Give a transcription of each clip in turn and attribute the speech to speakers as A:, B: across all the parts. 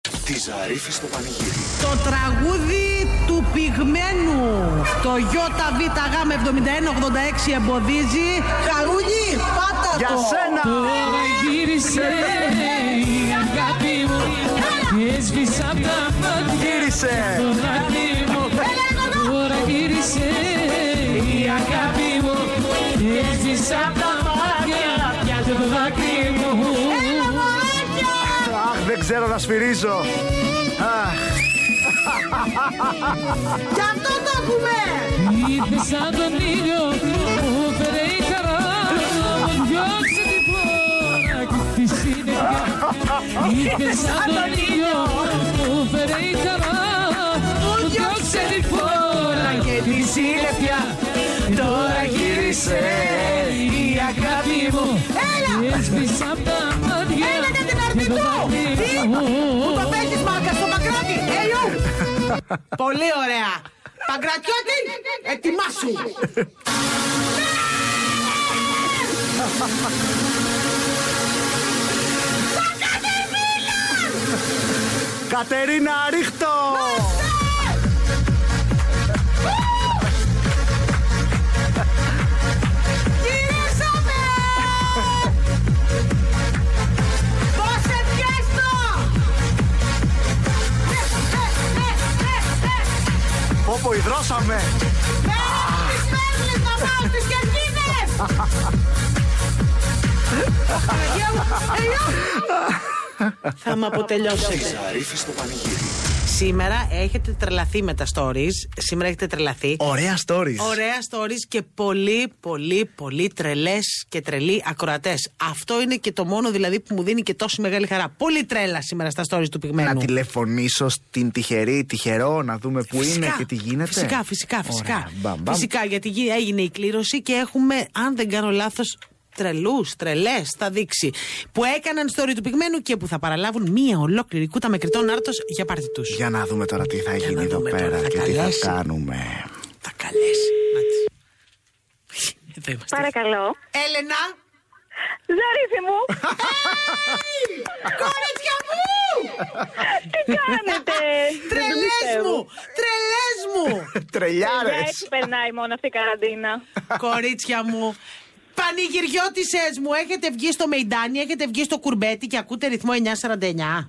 A: Τη Ζαρίφη στο πανηγύρι.
B: Το τραγούδι του πυγμένου. Το ΙΒΓ7186 εμποδίζει. Χαρούνι, πάτα
C: Για
B: το.
C: σένα!
D: Γύρισε η αγάπη μου Έσβησα απ' τα μάτια
C: Γύρισε!
D: το δάκρυ μου Τώρα γύρισε η αγάπη μου Έσβησα απ' τα μάτια για το δάκρυ μου
C: Αχ, δεν ξέρω να σφυρίζω.
B: Κι αυτό το ακούμε.
D: Ήρθες σαν τον ήλιο που φέρε η χαρά μου Διώξε την πόρα και τη συνεργά Ήρθες σαν τον ήλιο που φέρε η χαρά μου Διώξε την πόρα και τη συνεργά Τώρα γύρισε η αγάπη μου Έσβησα απ' τα μάτια
B: Έλα για την
D: και το
B: αρνητό.
D: δάκρυ
B: Τι.
D: μου.
B: Που το παίζεις μάγκα στο Ε, Παγκράτη. Ελιού. Πολύ ωραία. Παγκρατιώτη, ετοιμάσου.
C: Κατερίνα, ρίχτω!
B: Γυρίσαμε. Δώσε πιέστο. Ε, ε, ε, ε, ε.
C: Όπου υδρώσαμε!
B: Τις φέρνεις να πάω στις κερκίδες! Παναγία μου, ελιώ! Θα με
A: Τη
B: αποτελειώσει.
A: Ζαρίφη στο πανηγύρι.
B: Σήμερα έχετε τρελαθεί με τα stories. Σήμερα έχετε τρελαθεί.
C: Ωραία stories.
B: Ωραία stories και πολύ, πολύ, πολύ τρελές και τρελοί ακροατές. Αυτό είναι και το μόνο δηλαδή που μου δίνει και τόση μεγάλη χαρά. Πολύ τρέλα σήμερα στα stories του
C: Να
B: πυγμένου.
C: τηλεφωνήσω στην τυχερή, τυχερό, να δούμε πού είναι και τι γίνεται.
B: Φυσικά, φυσικά, φυσικά.
C: Ωραία, μπαμ, μπαμ.
B: Φυσικά, γιατί γι- έγινε η κλήρωση και έχουμε, αν δεν κάνω λάθος, τρελούς, τρελές, θα δείξει. Που έκαναν story του πυγμένου και που θα παραλάβουν μία ολόκληρη κούτα με κρυτών άρτος για πάρτι τους.
C: Για να δούμε τώρα τι θα
B: να
C: γίνει εδώ
B: δούμε τώρα,
C: πέρα
B: θα
C: και τι θα
B: καλέσει.
C: κάνουμε.
B: Θα καλέσει. Να της. Εδώ είμαστε.
E: Παρακαλώ.
B: Έλενα!
E: Ζαρίφη μου,
B: Κόρετσια μου!
E: τι κάνετε.
B: Τρελές μου! Τρελές μου!
C: Τρελιάρες!
E: Δεν έτσι περνάει μόνο αυτή η καραντίνα.
B: Κορίτσια μου. Πανηγυριώτησες μου, έχετε βγει στο Μεϊντάνι, έχετε βγει στο Κουρμπέτι και ακούτε ρυθμό 949.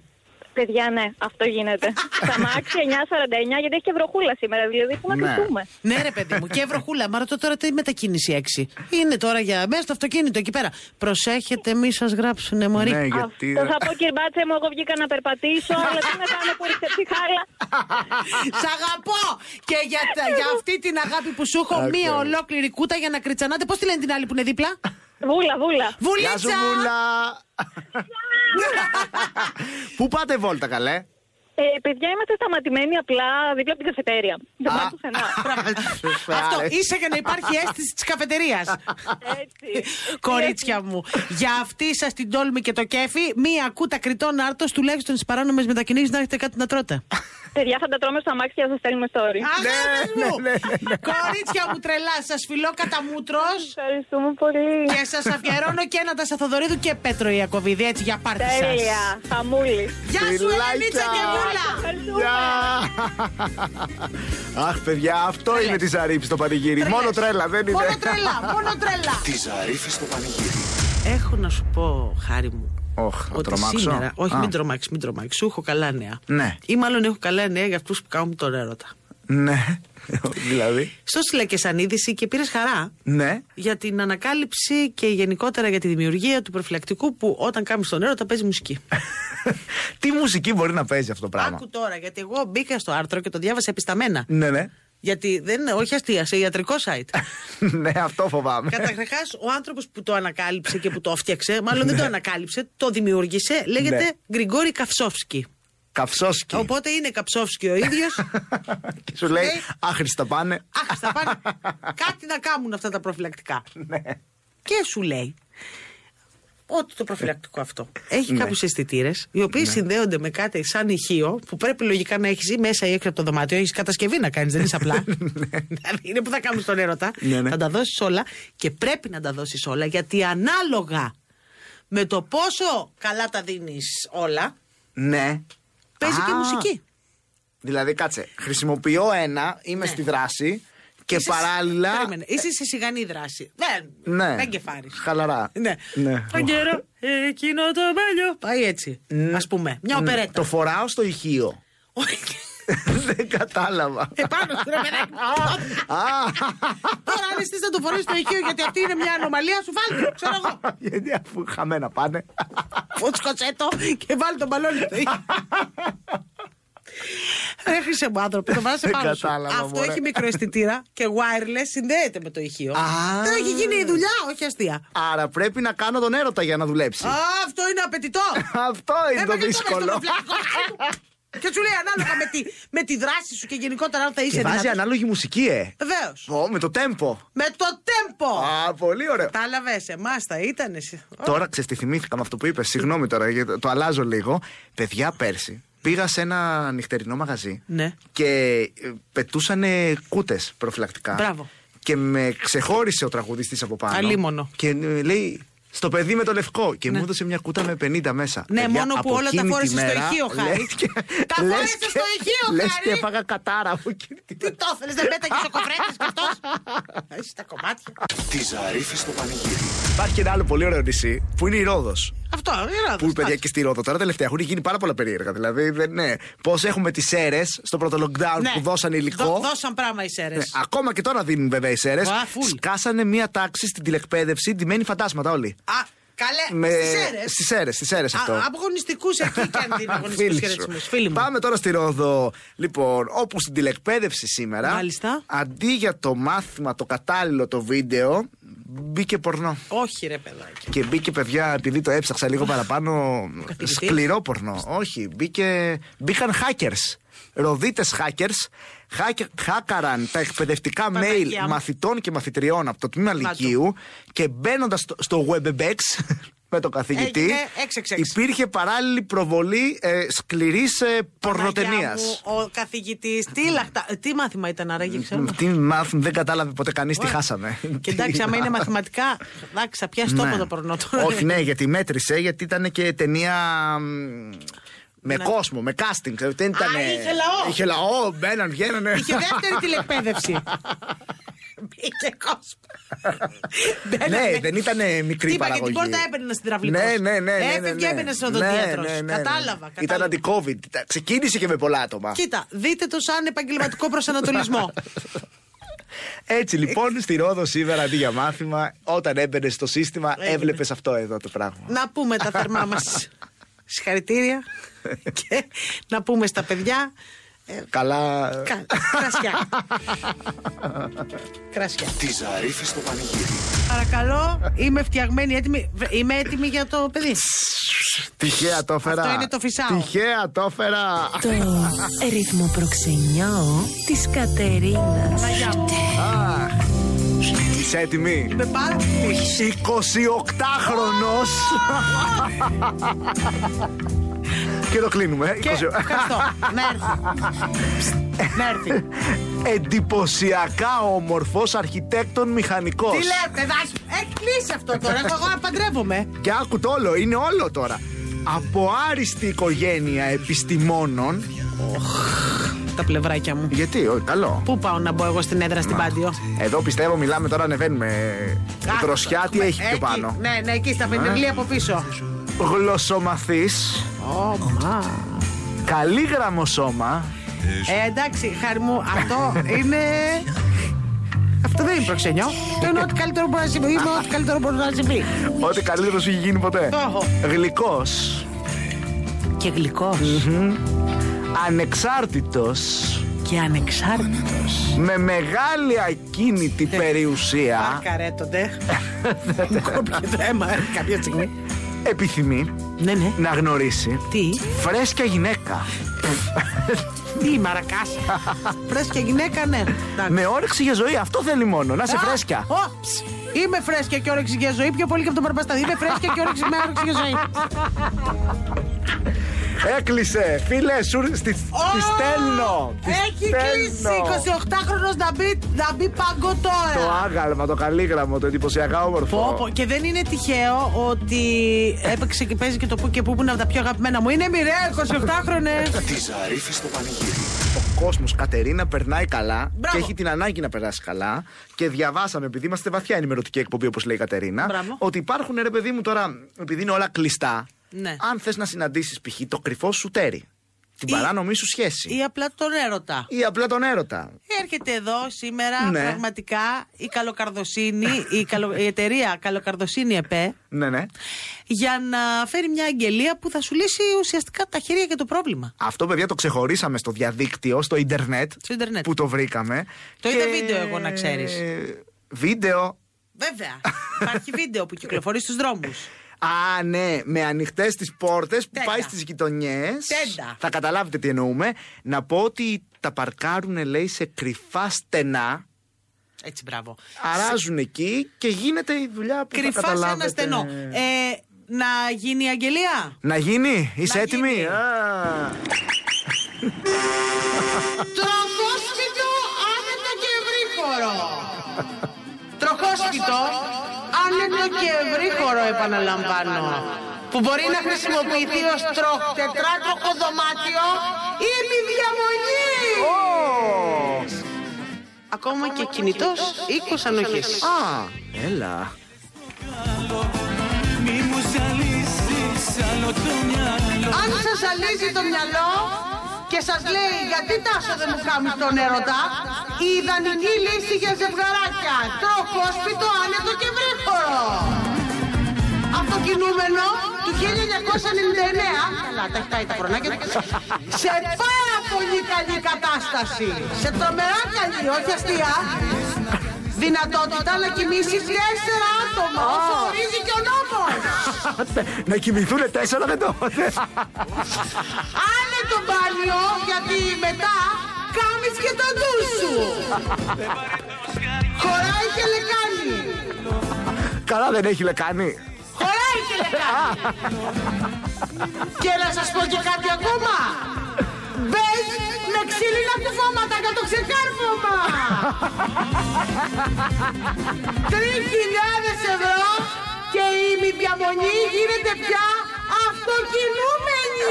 E: Παιδιά, ναι, αυτό γίνεται. Στα μάξια 9.49, γιατί έχει και βροχούλα σήμερα, δηλαδή που να
C: Ναι.
E: κρυφτούμε.
B: Ναι, ρε παιδί μου, και βροχούλα. Μα ρωτώ τώρα τι μετακίνηση 6. Είναι τώρα για μέσα στο αυτοκίνητο εκεί πέρα. Προσέχετε, μη σας γράψουνε, Μωρή.
C: Ναι, γιατί.
E: Αυτό θα πω, κυριμπάτσε μου, εγώ βγήκα να περπατήσω, αλλά τι να κάνω που ήρθε ψυχάλα.
B: Σ' αγαπώ! Και για, τα- για αυτή την αγάπη που σου έχω,
C: Άκου,
B: μία
C: ρε.
B: ολόκληρη κούτα για να κριτσανάτε. Πώς τη λένε την άλλη που είναι δίπλα,
E: Βούλα, βούλα.
C: Γεια σου,
B: Βουλίτσα!
C: Βούλα! Πού πάτε βόλτα, καλέ?
E: Ε, παιδιά, είμαστε σταματημένοι απλά δίπλα από την καφετέρια. Δεν
C: Α.
E: πάω πουθενά.
B: Αυτό ίσα για να υπάρχει αίσθηση της καφετερία.
E: Έτσι.
B: Κορίτσια μου, για αυτή σας την τόλμη και το κέφι, μία κούτα κριτών άρτος τουλάχιστον στις παράνομες μετακινήσεις να έχετε κάτι να τρώτε.
E: Ε, Παιδιά, θα τα τρώμε στα μάξια και θα σας στέλνουμε story.
B: Αγάπες
C: ναι,
B: μου!
C: ναι, ναι.
B: Κορίτσια μου τρελά, σας φιλώ κατά μούτρος
E: Ευχαριστούμε πολύ.
B: και σας αφιερώνω και ένα τα Σαθοδωρίδου και Πέτρο Ιακοβίδη, έτσι για πάρτι σας.
E: Τέλεια. Χαμούλη.
B: Γεια σου, Ελενίτσα
C: Φιλάκια.
B: και Βούλα!
E: Ευχαριστούμε.
C: Γεια. Αχ, παιδιά, αυτό είναι της αρρήψη το πανηγύρι. Μόνο τρέλα, δεν είναι.
B: Μόνο τρέλα, μόνο τρέλα!
A: Της Ζαρίφη στο πανηγύρι.
B: Έχω να σου πω, χάρη μου.
C: Ωχ, θα
B: ότι
C: τρομάξω.
B: Σήμερα, όχι,
C: Α.
B: μην τρομάξεις, μην τρομάξεις. Σου έχω καλά νέα.
C: Ναι.
B: Ή μάλλον έχω καλά νέα για αυτούς που κάνουν τον έρωτα.
C: Ναι, δηλαδή.
B: Στο σλέκε σαν είδηση και πήρες χαρά
C: Ναι.
B: για την ανακάλυψη και γενικότερα για τη δημιουργία του προφυλακτικού που όταν κάνεις στον έρωτα παίζει μουσική.
C: Τι μουσική μπορεί να παίζει αυτό το πράγμα.
B: Άκου τώρα, γιατί εγώ μπήκα στο άρθρο και το διάβασα επισταμένα.
C: Ναι, ναι.
B: γιατί δεν είναι, όχι αστεία, σε ιατρικό site.
C: ναι, αυτό φοβάμαι.
B: Καταρχάς, ο άνθρωπος που το ανακάλυψε και που το έφτιαξε, μάλλον δεν το ανακάλυψε, το δημιούργησε, λέγεται
C: Ναι.
B: Γκριγκόρη Καυσόφσκι.
C: Καυσόσκι.
B: Οπότε είναι Καψόφσκι ο ίδιος.
C: Και σου λέει,
B: λέει,
C: άχρηστα πάνε.
B: Αχ, στα πάνε. Κάτι να κάνουν αυτά τα προφυλακτικά.
C: Ναι.
B: Και σου λέει ότι το προφυλακτικό αυτό έχει
C: Ναι.
B: ναι. κάποιους αισθητήρες, οι οποίοι συνδέονται με κάτι σαν ηχείο που πρέπει λογικά να έχεις ή μέσα ή έξω από το δωμάτιο. Έχεις κατασκευή να κάνεις, δεν είσαι απλά. δηλαδή είναι που θα κάνουν στον έρωτα.
C: Ναι, ναι.
B: Θα τα δώσεις όλα και πρέπει να τα δώσεις όλα γιατί ανάλογα με το πόσο καλά τα δίνεις όλα,
C: Ναι.
B: Παίζει και
C: Α.
B: μουσική.
C: Δηλαδή, κάτσε. Χρησιμοποιώ ένα, είμαι στη δράση και
B: Ναι. Είσαι-
C: παράλληλα.
B: Περίμενε. Είσαι σε σιγανή δράση. Δεν,
C: Ναι.
B: δεν κεφάρεις.
C: Χαλαρά.
B: Ναι.
C: ναι.
B: Τον καιρό, εκείνο το παλιό. Πάει έτσι.
C: Ν-
B: Ας πούμε. Μια
C: ν-
B: οπερέτα.
C: Το φοράω στο ηχείο.
B: Όχι.
C: Δεν κατάλαβα.
B: Επάνω σου, ρε παιδάκι.
C: Α,
B: Τώρα αν εσύ θα το φορέσει στο οικείο γιατί αυτή είναι μια ανομαλία, σου βάλει. Ξέρω εγώ.
C: Γιατί αφού χαμένα πάνε.
B: Φωτσκοτσέ το και βάλει τον μπαλόνι στο ήλιο. Ρε χρυσέ ε, μου άνθρωπο, το βάζεις
C: Δεν
B: πάνω σου.
C: κατάλαβα,
B: Αυτό
C: μωρέ.
B: έχει μικροαισθητήρα και wireless συνδέεται με το ηχείο.
C: Α.
B: Τώρα έχει γίνει η δουλειά, όχι αστεία.
C: Άρα πρέπει να κάνω τον έρωτα για να δουλέψει.
B: Α, Ε, αυτό είναι απαιτητό.
C: Αυτό είναι το
B: Έπαιρνε μες στον
C: δύσκολο.
B: βλάκο. Και σου λέει ανάλογα με τη, με τη δράση σου και γενικότερα αν θα είσαι
C: Και βάζει
B: δυνατός.
C: ανάλογη μουσική, ε.
B: Βεβαίως.
C: Ω, με το tempo.
B: Με το τέμπο.
C: Α, πολύ ωραίο.
B: Κατάλαβες, εμάς θα ήταν. εσύ.
C: Τώρα ξέρεις τι θυμήθηκα με αυτό που είπες. Συγγνώμη τώρα, γιατί το- το αλλάζω λίγο. Παιδιά, πέρσι πήγα σε ένα νυχτερινό μαγαζί
B: Ναι.
C: και ε, πετούσανε κούτες προφυλακτικά.
B: Μπράβο.
C: Και με ξεχώρισε ο τραγουδιστής από πάνω.
B: Αλίμονο.
C: Και ε, λέει. Στο παιδί με το λευκό και μου έδωσε μια κούτα με 50 μέσα.
B: Ναι,
C: Παιδιά,
B: μόνο που
C: από
B: όλα τα
C: εκείνη τη
B: φόρεσες στο
C: μέρα,
B: ηχείο, Χάρη.
C: λες και-
B: Τα
C: λες
B: φόρεσες
C: και-
B: στο ηχείο,
C: Λες
B: Χάρη.
C: και έφαγα κατάρα από εκείνη τη
B: Τι το θέλεις, δεν πέταγες ο κοφρέτης κι αυτός. Έχει τα κομμάτια.
A: Τη Ζαρίφη στο πανηγύρι.
C: Υπάρχει ένα άλλο πολύ ωραίο νησί που είναι η Ρόδος.
B: Αυτό, είναι
C: Που η παιδιά και στη Ρόδο τώρα τελευταία έχουν γίνει πάρα πολλά περίεργα. Δηλαδή, δεν, ναι, πώς έχουμε τις αίρες στο πρώτο lockdown που δώσαν υλικό.
B: Ναι. Δώ, δώσαν πράγμα οι σέρε.
C: Ναι, ακόμα και τώρα δίνουν βέβαια οι ΣΕΡΕΣ.
B: Α, full.
C: Σκάσανε μία τάξη στην τηλεκπαίδευση, ντυμένοι φαντάσματα όλοι.
B: Α, καλέ. Με... Στις σέρε.
C: Στι ΣΕΡΕΣ, στις ΣΕΡΕΣ αυτό.
B: Απογωνιστικού εκεί και αν δίνει
C: Φίλοι
B: αγωνιστικού
C: σου.
B: χαιρετισμού. Φίλοι μου.
C: Πάμε τώρα στη Ρόδο. Λοιπόν, όπου στην τηλεκπαίδευση σήμερα,
B: Μάλιστα.
C: αντί για το μάθημα, το κατάλληλο το βίντεο, μπήκε πορνό.
B: Όχι, ρε παιδάκι.
C: Και μπήκε παιδιά, επειδή το έψαξα λίγο παραπάνω,
B: Καθηγητής.
C: σκληρό πορνό. Όχι, μπήκε, μπήκαν hackers. Ροδίτες hackers hack- χάκαραν τα εκπαιδευτικά
B: Παναγία
C: mail
B: μου.
C: μαθητών και μαθητριών από το τμήμα
B: Να το.
C: Λυκείου και μπαίνοντας στο, στο WebEx με τον καθηγητή,
B: Έγινε 666.
C: υπήρχε παράλληλη προβολή ε, σκληρής ε, πορνοτενία.
B: Παναγιά μου, Ο καθηγητής, τι, λαχτά... ε, τι μάθημα ήταν άραγε, ξέρω.
C: Τι μάθουν, δεν κατάλαβε ποτέ κανείς τι
B: Ωραία.
C: χάσαμε.
B: Και εντάξει, άμα είναι μαθηματικά, εντάξει, θα πιάσει τόπο το πορνό τώρα.
C: Όχι, ναι, γιατί μέτρησε, γιατί ήταν και ταινία. μ, Με
B: Ναι.
C: κόσμο, με casting. Δεν ήταν.
B: είχε λαό.
C: Είχε λαό, μπαίναν, βγαίνανε.
B: Είχε δεύτερη τηλεκπαίδευση. Μπήκε κόσμος.
C: Ναι,
B: Μπαίνανε.
C: δεν ήταν μικρή
B: Χτύπαγε
C: παραγωγή.
B: την πόρτα, έμπαινε στην τραυλικό.
C: Ναι, ναι, ναι. ναι, ναι,
B: Έφευγε,
C: ναι.
B: έμπαινε στον οδοντίατρο.
C: Ναι, ναι, ναι, ναι.
B: Κατάλαβα,
C: Ήταν
B: κατάλαβα.
C: αντι-COVID. Ήταν- Ξεκίνησε και με πολλά άτομα.
B: Κοίτα, δείτε το σαν επαγγελματικό προσανατολισμό.
C: Έτσι λοιπόν στη Ρόδο σήμερα αντί για μάθημα, όταν έμπαινε στο σύστημα,
B: Έγινε.
C: έβλεπες αυτό εδώ το πράγμα.
B: να πούμε τα θερμά μας συγχαρητήρια και να πούμε στα παιδιά. ε,
C: Καλά.
B: κα- Κρασιά. Κρασιά.
A: Τη Ζαρίφη στο πανηγύρι.
B: Παρακαλώ, είμαι φτιαγμένη, έτοιμη. Βε- Είμαι έτοιμη για το παιδί.
C: Τυχαία το έφερα.
B: Αυτό είναι το φυσάω.
C: Τυχαία το έφερα.
F: Το ρυθμό προξενιό της Κατερίνας.
B: Μαγιά μου.
C: Είσαι έτοιμη.
B: Είμαι πάρα πολύ.
C: 28χρονος Και το κλείνουμε
B: Και
C: 20.
B: ευχαριστώ. Να έρθει. Να έρθει.
C: Εντυπωσιακά όμορφος αρχιτέκτον μηχανικός
B: Τι λέτε, δάσ... Ε, κλείσει αυτό τώρα. Εγώ εγώ απαντρεύομαι.
C: Και άκου το όλο, είναι όλο τώρα Από άριστη οικογένεια επιστημόνων
B: Τα πλευράκια μου.
C: Γιατί, όχι, καλό
B: Πού πάω να μπω εγώ στην έδρα στην Πάντιο.
C: Εδώ πιστεύω μιλάμε τώρα ανεβαίνουμε
B: Άστο,
C: Δροσιά τι
B: έχουμε-
C: έχει πιο
B: εκεί,
C: πάνω
B: Ναι, ναι, εκεί στα πεντεβλία από πίσω.
C: Γλωσσομαθής
B: Ω, μα.
C: Καλύγραμμο σώμα
B: Ε, εντάξει, χάρη μου, αυτό είναι. Αυτό δεν είναι προξενιό. Το είναι ό,τι καλύτερο μπορεί να συμβεί. Είμαι ό,τι καλύτερο μπορεί να συμβεί.
C: Ό,τι καλύτερο σου έχει γίνει ποτέ
B: Το έχω.
C: Γλυκός
B: Και γλυκός
C: ανεξάρτητος
B: και ανεξάρτητος.
C: με μεγάλη ακίνητη
B: Ε,
C: περιουσία
B: Παρκαρέτονται. Μου κόπηκε το αίμα ε, κάποια στιγμή.
C: επιθυμεί
B: Ναι, ναι.
C: να γνωρίσει
B: Τι,
C: φρέσκια γυναίκα
B: τι, μαρακάς. Φρέσκια γυναίκα, ναι. Εντάξει.
C: με όρεξη για ζωή. Αυτό θέλει μόνο, να είσαι
B: Α,
C: φρέσκια.
B: ω, ψ, Είμαι φρέσκια και όρεξη για ζωή. Πιο πολύ και από τον Παρπασταδί. Είμαι φρέσκια και όρεξη με όρεξη για ζωή.
C: Έκλεισε. Φίλε, σου τη
B: Ω,
C: στέλνω. Της
B: Έχει
C: στέλνω.
B: κλείσει 28χρονο να μπει, να μπει πάγκο
C: Το
B: τώρα.
C: άγαλμα, το καλίγραμμο, το εντυπωσιακά όμορφο.
B: Πω, πω. Και δεν είναι τυχαίο ότι έπαιξε και παίζει και το που και που που είναι από τα πιο αγαπημένα μου. Είναι μοιραία 28χρονε.
A: Τη Ζαρίφη στο πανηγύρι.
C: Ο κόσμος, Κατερίνα, περνάει καλά
B: Μπράβο.
C: και έχει την ανάγκη να περάσει καλά. Και διαβάσαμε, επειδή είμαστε βαθιά ενημερωτική εκπομπή, όπως λέει η Κατερίνα,
B: Μπράβο.
C: ότι υπάρχουν ρε παιδί μου τώρα, επειδή είναι όλα κλειστά,
B: Ναι.
C: αν θες να συναντήσεις π.χ. το κρυφό σου τέρι, την
B: Ή-
C: παράνομη σου σχέση ή...
B: Ή απλά τον έρωτα. Ε,
C: απλά τον έρωτα.
B: Έρχεται εδώ σήμερα
C: Ναι.
B: πραγματικά η καλοκαρδοσύνη, η, καλο- η εταιρεία Καλοκαρδοσύνη ΕΠΕ
C: Ναι, ναι.
B: για να φέρει μια αγγελία που θα σου λύσει ουσιαστικά τα χέρια και το πρόβλημα.
C: Αυτό, παιδιά, το ξεχωρίσαμε στο διαδίκτυο, στο ίντερνετ.
B: Στο ίντερνετ.
C: Που το βρήκαμε.
B: Το είδα βίντεο εγώ, να ξέρεις.
C: Βίντεο.
B: Βέβαια. Υπάρχει βίντεο που κυκλοφορεί στους δρόμους.
C: Α, ναι, με ανοιχτές τις πόρτες που
B: Τέντα.
C: πάει στις γειτονιές.
B: Τέντα.
C: Θα καταλάβετε τι εννοούμε. Να πω ότι τα παρκάρουν, λέει, σε κρυφά στενά.
B: Έτσι, μπράβο.
C: Αράζουν εκεί και γίνεται η δουλειά που θα
B: Κρυφά σε
C: καταλάβετε.
B: ένα στενό. Ε, να γίνει η αγγελία.
C: Να γίνει, είσαι
B: Να
C: έτοιμη.
B: γίνει.
C: Α,
B: Τροχόσπιτο άνετο και ευρύχωρο. Τροχόσπιτο άνετο και ευρύχωρο, επαναλαμβάνω. Που μπορεί να χρησιμοποιηθεί ως τροχ, τετράτροχο δωμάτιο ή επιδιαμονή. Ακόμα και κινητός, οίκος ανοχής.
C: Α, έλα.
D: Μη μου ζαλίσεις άλλο το μυαλό
B: Αν σας αλύζει το μυαλό και σας λέει γιατί τάσο δεν μου κάνεις τον έρωτα, η ιδανική λύση για ζευγαράκια. Τροχόσπιτο, άνετο και βρέχορο. Αυτοκινούμενο του 1999. Καλά, τα έχει πάει τα χρονάκια του. Σε πάρα πολύ καλή κατάσταση. Σε τρομερά καλή, όχι αστεία. Δυνατότητα να κοιμήσεις τέσσερα άτομα όσο ορίζει και ο νόμος.
C: να κοιμηθούν τέσσερα δεν το
B: Άνε το μπάνιο, γιατί μετά κάνεις και το ντου σου. Χωράει και λεκάνη.
C: Καλά δεν έχει λεκάνη.
B: Χωράει και λεκάνη. και να σας πω και κάτι ακόμα. Μπες με ξύλινα κουφώματα για το ξεκάρφωμα. 3.000 ευρώ και η μη διαμονή γίνεται πια αυτοκινούμενη.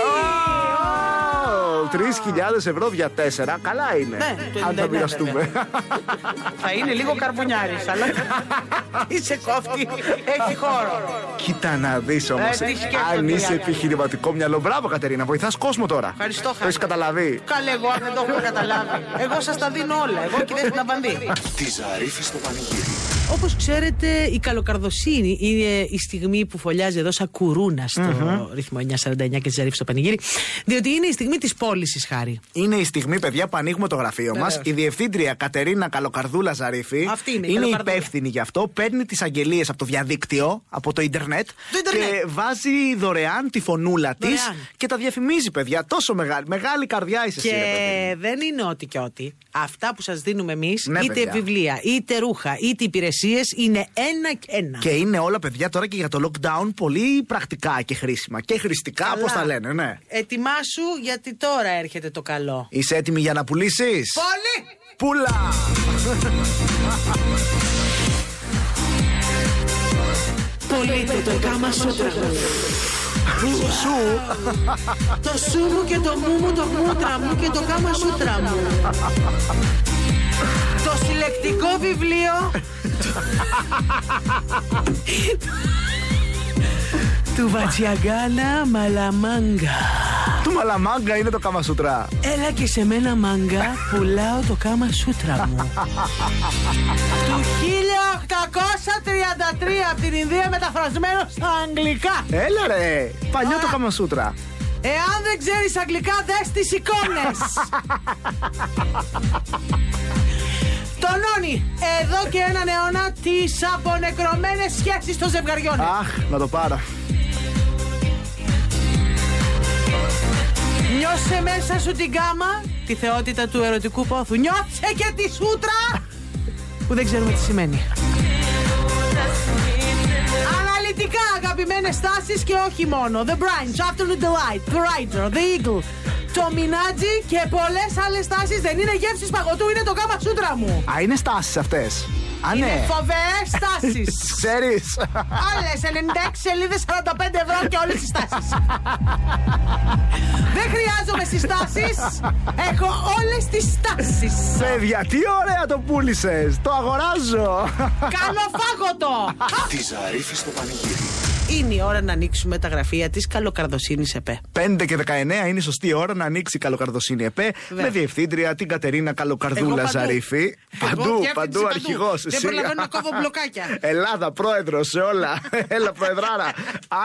C: Τρεις χιλιάδες ευρώ για τέσσερα. Καλά είναι.
B: Ναι, το
C: αν τα
B: 99
C: μοιραστούμε.
B: Θα είναι λίγο καρβουνιάρης, αλλά είσαι κόφτη, έχει χώρο.
C: Κοίτα να δεις όμως.
B: Ε, τι σκέφτονται
C: Αν
B: οι
C: είσαι
B: άλλοι.
C: επιχειρηματικό μυαλό, μπράβο Κατερίνα, βοηθάς κόσμο τώρα.
B: Ευχαριστώ,
C: Το έχει
B: Χάρη.
C: καταλαβεί.
B: Καλέ, εγώ αν δεν το έχω καταλάβει. Εγώ σας τα δίνω όλα, εγώ και δεν την απαντή.
A: Τη Ζαρίφη στο πανηγύρι.
B: Όπως ξέρετε, η καλοκαρδοσύνη είναι η στιγμή που φωλιάζει εδώ σαν κουρούνας στο ρυθμό 949 και τη Ζαρίφη στο πανηγύρι. Διότι είναι η στιγμή της πώλησης, χάρη.
C: Είναι η στιγμή, παιδιά, που ανοίγουμε το γραφείο μας. Η διευθύντρια Κατερίνα Καλοκαρδούλα Ζαρίφη
B: Αυτή είναι η Καλοκαρδούλα.
C: υπεύθυνη γι' αυτό. Παίρνει τις αγγελίες από το διαδίκτυο, από το Ιντερνετ
B: Το ίντερνετ.
C: και βάζει δωρεάν τη φωνούλα της
B: Δωρεάν.
C: και τα διαφημίζει, παιδιά. Τόσο μεγάλη, μεγάλη καρδιά είσαι εσύ, ρε παιδί.
B: Και δεν είναι ό,τι και ό,τι. Αυτά που σας δίνουμε εμείς,
C: Ναι,
B: είτε
C: παιδιά.
B: βιβλία, είτε ρούχα, είτε υπηρεσίες, είναι ένα και ένα.
C: Και είναι όλα παιδιά τώρα και για το lockdown πολύ πρακτικά και χρήσιμα. Και χρηστικά,
B: Καλά.
C: όπως τα λένε, ναι.
B: Ετοιμάσου γιατί τώρα έρχεται το καλό.
C: Είσαι έτοιμη για να πουλήσεις.
B: Πολύ!
C: Πούλα!
B: Πολύτε το κάμα σου τραγούδι.
C: Σου!
B: Το σου μου και το μου μου, το μούτρα μου και το κάμα σούτρα μου. Το συλλεκτικό βιβλίο. του Βατσιαγκάνα Μαλαμάγκα.
C: Του μαλαμάγκα είναι το καμασούτρα.
B: Έλα και σε μένα μάγκα, πουλάω το κάμα σούτρα μου. του 1833 από την Ινδία μεταφρασμένο στα αγγλικά.
C: Έλα ρε! Παλιό το καμασούτρα.
B: Εάν δεν ξέρεις αγγλικά, δες τις εικόνες. Τονώνει εδώ και έναν αιώνα τις απονεκρωμένες σχέσεις των ζευγαριών.
C: Αχ, να το πάρω.
B: Νιώσε μέσα σου την κάμα, τη θεότητα του ερωτικού πόθου. Νιώσε και τη σούτρα που δεν ξέρουμε τι σημαίνει. Αθλητικά αγαπημένε τάσει και όχι μόνο. The Brunch, Afternoon Delight, The Rider, The Eagle, το Minaggi και πολλές άλλες τάσεις. Δεν είναι γεύσης παγωτού, είναι το κάμα σούτρα μου.
C: Α, είναι στάσεις αυτές. Α, ναι.
B: Φοβερές τάσει.
C: Ξέρεις.
B: Άλλες 96 σελίδε 45 ευρώ και όλες τις τάσεις. Δεν χρειάζομαι συστάσει. Έχω όλες τις τάσεις.
C: Παιδιά, τι ωραία το πούλησες. Το αγοράζω.
B: Καλό φάγωτο.
A: Τη Ζαρίφη στο πανηγύρι.
B: Είναι η ώρα να ανοίξουμε τα γραφεία της Καλοκαρδοσύνης ΕΠΕ.
C: 5 και 19 είναι η σωστή ώρα να ανοίξει η Καλοκαρδοσύνη ΕΠΕ
B: Βέβαια.
C: με διευθύντρια την Κατερίνα
B: Εγώ
C: Καλοκαρδούλα
B: παντού.
C: Ζαρίφη.
B: Εγώ
C: Παντού,
B: διεύθυνση
C: παντού, αρχηγός.
B: Δεν προλαβαίνω να κόβω μπλοκάκια.
C: Ελλάδα, πρόεδρος σε όλα. Έλα, προεδράρα.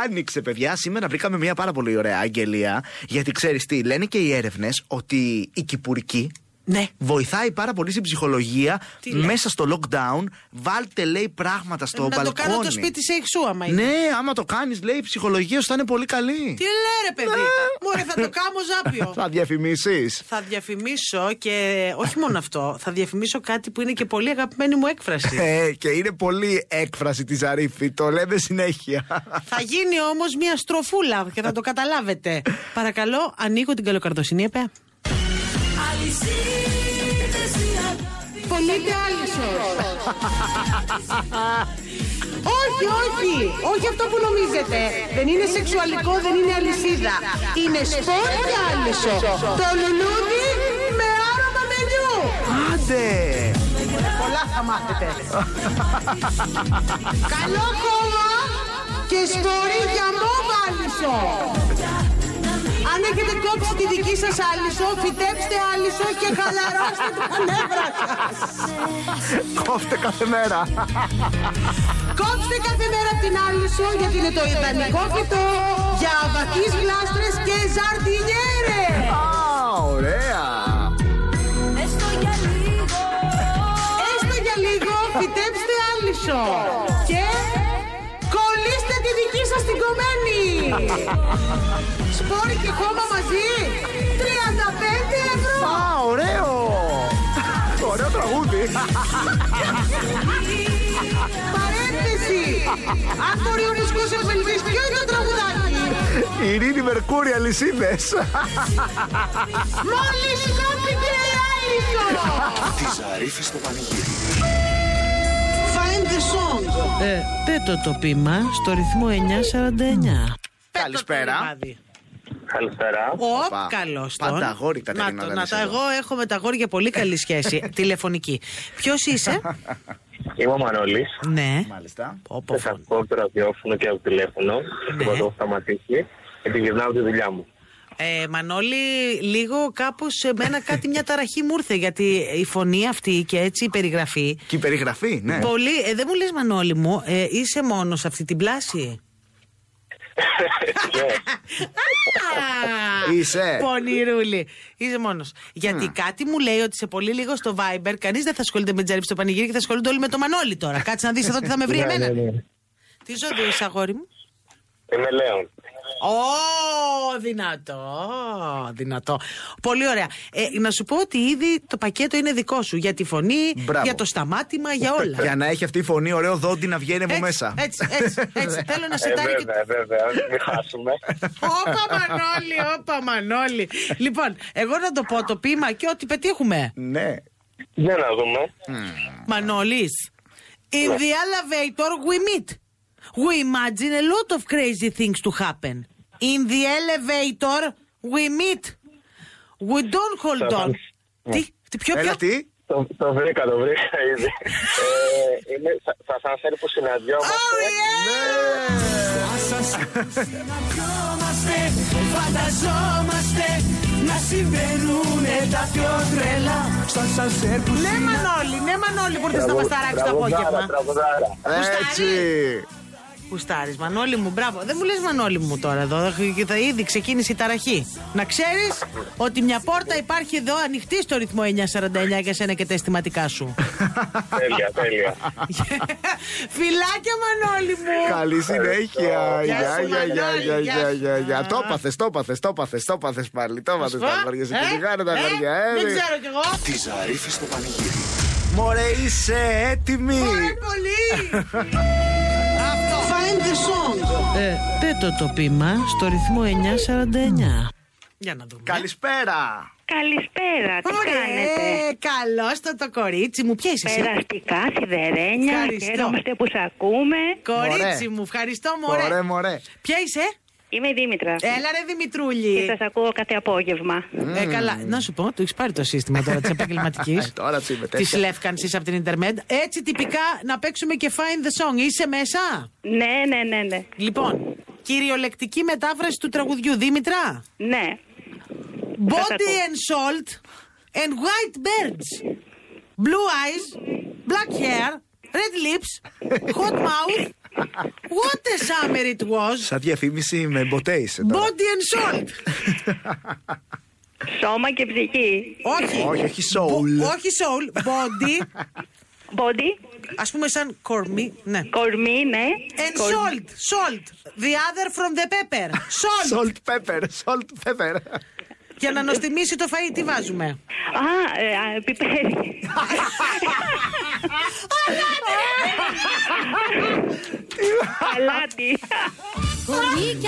C: Άνοιξε, παιδιά. Σήμερα βρήκαμε μια πάρα πολύ ωραία αγγελία. Γιατί ξέρεις τι, λένε και οι έρευνες ότι η Κυπουρική
B: Ναι.
C: βοηθάει πάρα πολύ στην ψυχολογία
B: Τι λες.
C: μέσα στο lockdown. Βάλτε, λέει, πράγματα στο
B: να
C: μπαλκόνι.
B: το κάνω το σπίτι σε εξού άμα είναι.
C: Ναι, άμα το κάνεις, λέει, η ψυχολογία σου θα είναι πολύ καλή.
B: Τι λέει ρε παιδί.
C: Ναι.
B: Μωρέ θα το κάνω ζάπιο.
C: Θα διαφημίσεις.
B: θα διαφημίσω και όχι μόνο αυτό. Θα διαφημίσω κάτι που είναι και πολύ αγαπημένη μου έκφραση.
C: Ε, και είναι πολύ έκφραση της Ζαρίφη. Το λέμε συνέχεια.
B: θα γίνει όμως μια στροφούλα και θα το καταλάβετε. Παρακαλώ, ανοίγω την καλοκαρδοσύνη ΕΠΕ. Πονείται Άλυσος. όχι, όχι. Όχι αυτό που νομίζετε. Δεν είναι σεξουαλικό, δεν είναι αλυσίδα. Είναι σπορ και άλυσο. Το λουλούδι με άρωμα μενιού.
C: Άντε!
B: Πολλά θα μάθετε. Καλό κόμμα και σπορή για μόβα άλυσο. Αν έχετε κόψει τη δική σας άλυσο, φυτέψτε άλυσο και χαλαρώστε τα νεύρα σας.
C: Κόφτε κάθε μέρα.
B: Κόψτε κάθε μέρα την άλλη σου γιατί είναι το ιδανικό φυτό για αβακείς γλάστρες και ζαρτινιέρες.
C: Α, ωραία!
B: Έστω για λίγο φυτέψτε άλλη σου και κολλήστε τη δική σας την κομμένη. Σπόρι και χώμα μαζί 35 ευρώ.
C: Α, ωραίο! Ωραίο τραγούδι!
B: Παρένθεση. Αν μπορεί ο μουσικός εμφανιστής ποιο είναι το τραγουδάκι.
C: Ειρήνη Μερκούρη, αλυσίδες!
B: Μόλις σώθηκε η άλλη σου.
A: Τη Ζαρίφη στο πανηγύρι.
B: Find the song. Ε, πέτω το πείμα στο ρυθμό 949.
C: Καλησπέρα.
G: Καλησπέρα.
B: Ο
C: Οπα.
B: καλώς τον.
C: Πάντα αγόρι τα
B: να,
C: Κατερίνα,
B: το,
C: δεν
B: να
C: είσαι
B: τα
C: εδώ.
B: εγώ έχω με τα αγόρια πολύ καλή σχέση. τηλεφωνική. Ποιος είσαι,
G: Είμαι ο Μανώλης.
B: Ναι.
C: Μάλιστα.
B: Πω, πω,
G: Σα
B: φων.
G: ακούω από το ραδιόφωνο και από το τηλέφωνο.
B: Ναι.
G: Ναι. Το έχω σταματήσει. Γιατί γυρνάω από τη δουλειά μου.
B: Ε, Μανώλη, λίγο κάπως εμένα κάτι μια ταραχή μου ήρθε. Γιατί η φωνή αυτή και έτσι η περιγραφή.
C: Και η περιγραφή, ναι.
B: Πολύ, ε, δεν μου λες Μανώλη μου, ε, είσαι μόνος σε αυτή την πλάση.
G: Ναι.
B: Α,
C: Είσαι.
B: Πονηρούλη. Είσαι μόνος. Γιατί κάτι μου λέει ότι σε πολύ λίγο στο Viber κανείς δεν θα ασχολείται με τζαρίπ στο πανηγύρι και θα ασχολούνται όλοι με το Μανώλη τώρα. Κάτσε να δεις εδώ τι θα με βρει
G: Ναι, ναι,
B: εμένα.
G: ναι.
B: Τι ζωή είσαι, αγόρι μου.
G: Είμαι Λέων.
B: Ω, δυνατό, δυνατό. Πολύ ωραία. Ε, να σου πω ότι ήδη το πακέτο είναι δικό σου. Για τη φωνή,
C: Μπράβο.
B: για το σταμάτημα, για όλα.
C: Για να έχει αυτή η φωνή, ωραίο δόντι να βγαίνει από
B: έτσι,
C: μέσα.
B: έτσι, έτσι, έτσι. Θέλω να σε
G: Ε,
B: τάρει και
G: βέβαια, βέβαια. Μην χάσουμε.
B: Όπα Μανώλη, όπα Μανώλη. λοιπόν, εγώ να το πω το πείμα και ό,τι πετύχουμε.
C: Ναι.
G: Για να δούμε.
B: Mm. Μανώλης, in the elevator we meet. We imagine a lot of crazy things to happen. In the elevator we meet. We don't hold on. τι, τι, ποιο,
C: Ναι. Έλα
B: ποιο.
C: τι.
G: Το, το βρήκα, το βρήκα ήδη. ε, είμαι σα- σας αναφέρει που συναντιόμαστε.
B: Oh, yeah! Ναι, Μανώλη, ναι, Μανώλη, που ήρθες να μας ταράξεις το
G: Τραγουδάρα,
B: απόγευμα.
G: τραγουδάρα.
C: Ε, Έτσι.
B: Κουστάρι, Μανώλη μου, μπράβο. Δεν μου λες Μανώλη μου τώρα εδώ. Θα ήδη ξεκίνησε η ταραχή. Να ξέρεις ότι μια πόρτα υπάρχει εδώ ανοιχτή στο ρυθμό 949 για σένα και τα αισθηματικά σου.
G: τέλεια, τέλεια.
B: Φιλάκια, Μανώλη μου.
C: Καλή συνέχεια.
B: Γεια
C: Γεια,
B: σου,
C: γεια, γεια,
B: Μανώλη,
C: γεια,
B: γεια
C: γεια,
B: σου.
C: γεια, γεια. Το πάθες, το πάθες, το πάθες, το πάθες πάλι. Το πάθες τα βαριά. Σε
B: Ε,
C: κυνηγάνε τα
B: ε,
C: βαριά.
B: Δεν ξέρω κι εγώ.
A: Τη Ζαρίφη στο πανηγύρι.
C: Μωρέ, είσαι έτοιμη.
B: Ωραία, πολύ. Αυτό. Find the
F: desonjo.
B: Ε, πέτω το πείμα στο ρυθμό 949. Για να δούμε.
C: Καλησπέρα.
H: Καλησπέρα, τι κάνετε.
B: καλώς ε, το το κορίτσι μου. Ποια είσαι εσύ.
H: Περαστικά, σιδερένια,
B: Ευχαριστώ.
H: χαίρομαστε που σε ακούμε.
B: Κορίτσι
C: Μωρέ.
B: μου, ευχαριστώ μωρέ.
C: Μωρέ, μωρέ.
B: Ποια είσαι.
H: Είμαι η Δήμητρα.
B: Έλα ρε Δημητρούλη.
H: Και σας ακούω κάθε απόγευμα.
B: Ε, καλά, να σου πω, το έχεις πάρει το σύστημα τώρα της επαγγελματικής.
C: Ε, τώρα τι είμαι,
B: Της
C: τέτοια.
B: λεύκανσης από την Ιντερνετ. Έτσι τυπικά να παίξουμε και find the song. Είσαι μέσα.
H: Ναι, ναι, ναι, ναι.
B: Λοιπόν, κυριολεκτική μετάφραση του τραγουδιού Δήμητρα.
H: Ναι.
B: Body and salt and white birds. Blue eyes, black hair, red lips, hot mouth. What a summer it was.
C: Σαν διαφήμιση με μποτέ είσαι τώρα.
B: Body and salt.
H: Σώμα και ψυχή.
B: όχι.
C: Όχι, όχι soul.
B: Μπο- όχι soul. Body.
H: Body,
B: Ας πούμε σαν κορμί. Ναι.
H: κορμί, ναι.
B: And
H: Κορμί.
B: salt, salt. The other from the pepper. Salt.
C: Salt pepper, salt pepper.
B: Για να νοστιμήσει το φαΐ, τι βάζουμε.
H: Α, ε, α, πιπέρι. Αλάτι.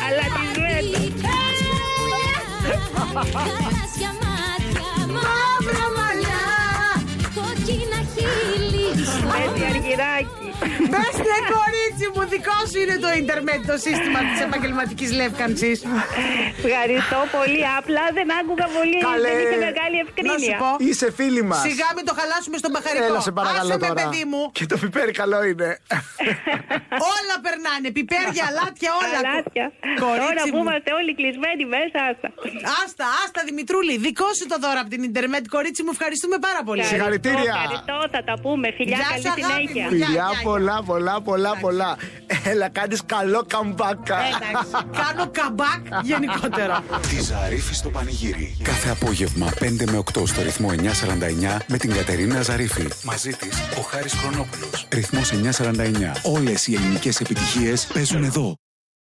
H: Αλατισμένο.
F: Μαύρα μαλλιά.
H: Έτσι, αργυράκι.
B: Μπέστε, κορίτσι μου, δικό σου είναι το ίντερνετ το σύστημα της επαγγελματικής λεύκανσης.
H: Ευχαριστώ πολύ. Απλά δεν άκουγα πολύ.
C: Καλέ.
H: Δεν είχε μεγάλη
B: να σου
H: ευκρίνεια.
B: πω.
C: Είσαι φίλη μας.
B: Σιγά μην το χαλάσουμε στον μπαχαρικό.
C: Έλα σε παρακαλώ
B: Άσε με,
C: τώρα.
B: παιδί μου.
C: Και το πιπέρι καλό είναι.
B: όλα περνάνε. Πιπέρια, αλάτια, όλα.
H: Αλάτια.
B: Κορίτσι
H: Τώρα που
B: μου.
H: είμαστε όλοι κλεισμένοι μέσα, άστα.
B: Άστα, άστα, Δημητρούλη. Δικό σου το δώρο από την Ιντερνετ, κορίτσι μου. Ευχαριστούμε πάρα πολύ.
C: Σιγά- Συγχαρητήρια.
H: Ευχαριστώ, θα τα πούμε. Φιλιά,
B: Γεια σου,
H: καλή
B: αγάπη
H: συνέχεια.
B: μου. Γεια,
C: Φιλιά,
B: γεια.
C: πολλά, πολλά, πολλά, πολλά. Έλα, κάνεις καλό καμπάκα.
B: Εντάξει. Κάνω καμπάκ γενικότερα.
I: Τη Ζαρίφη στο πανηγύρι.
J: Κάθε απόγευμα 5 με 8 στο ρυθμό 949 με την Κατερίνα Ζαρίφη. Μαζί της ο Χάρης Χρονόπουλος. Ρυθμός 949. Όλες οι ελληνικές επιτυχίες παίζουν εδώ.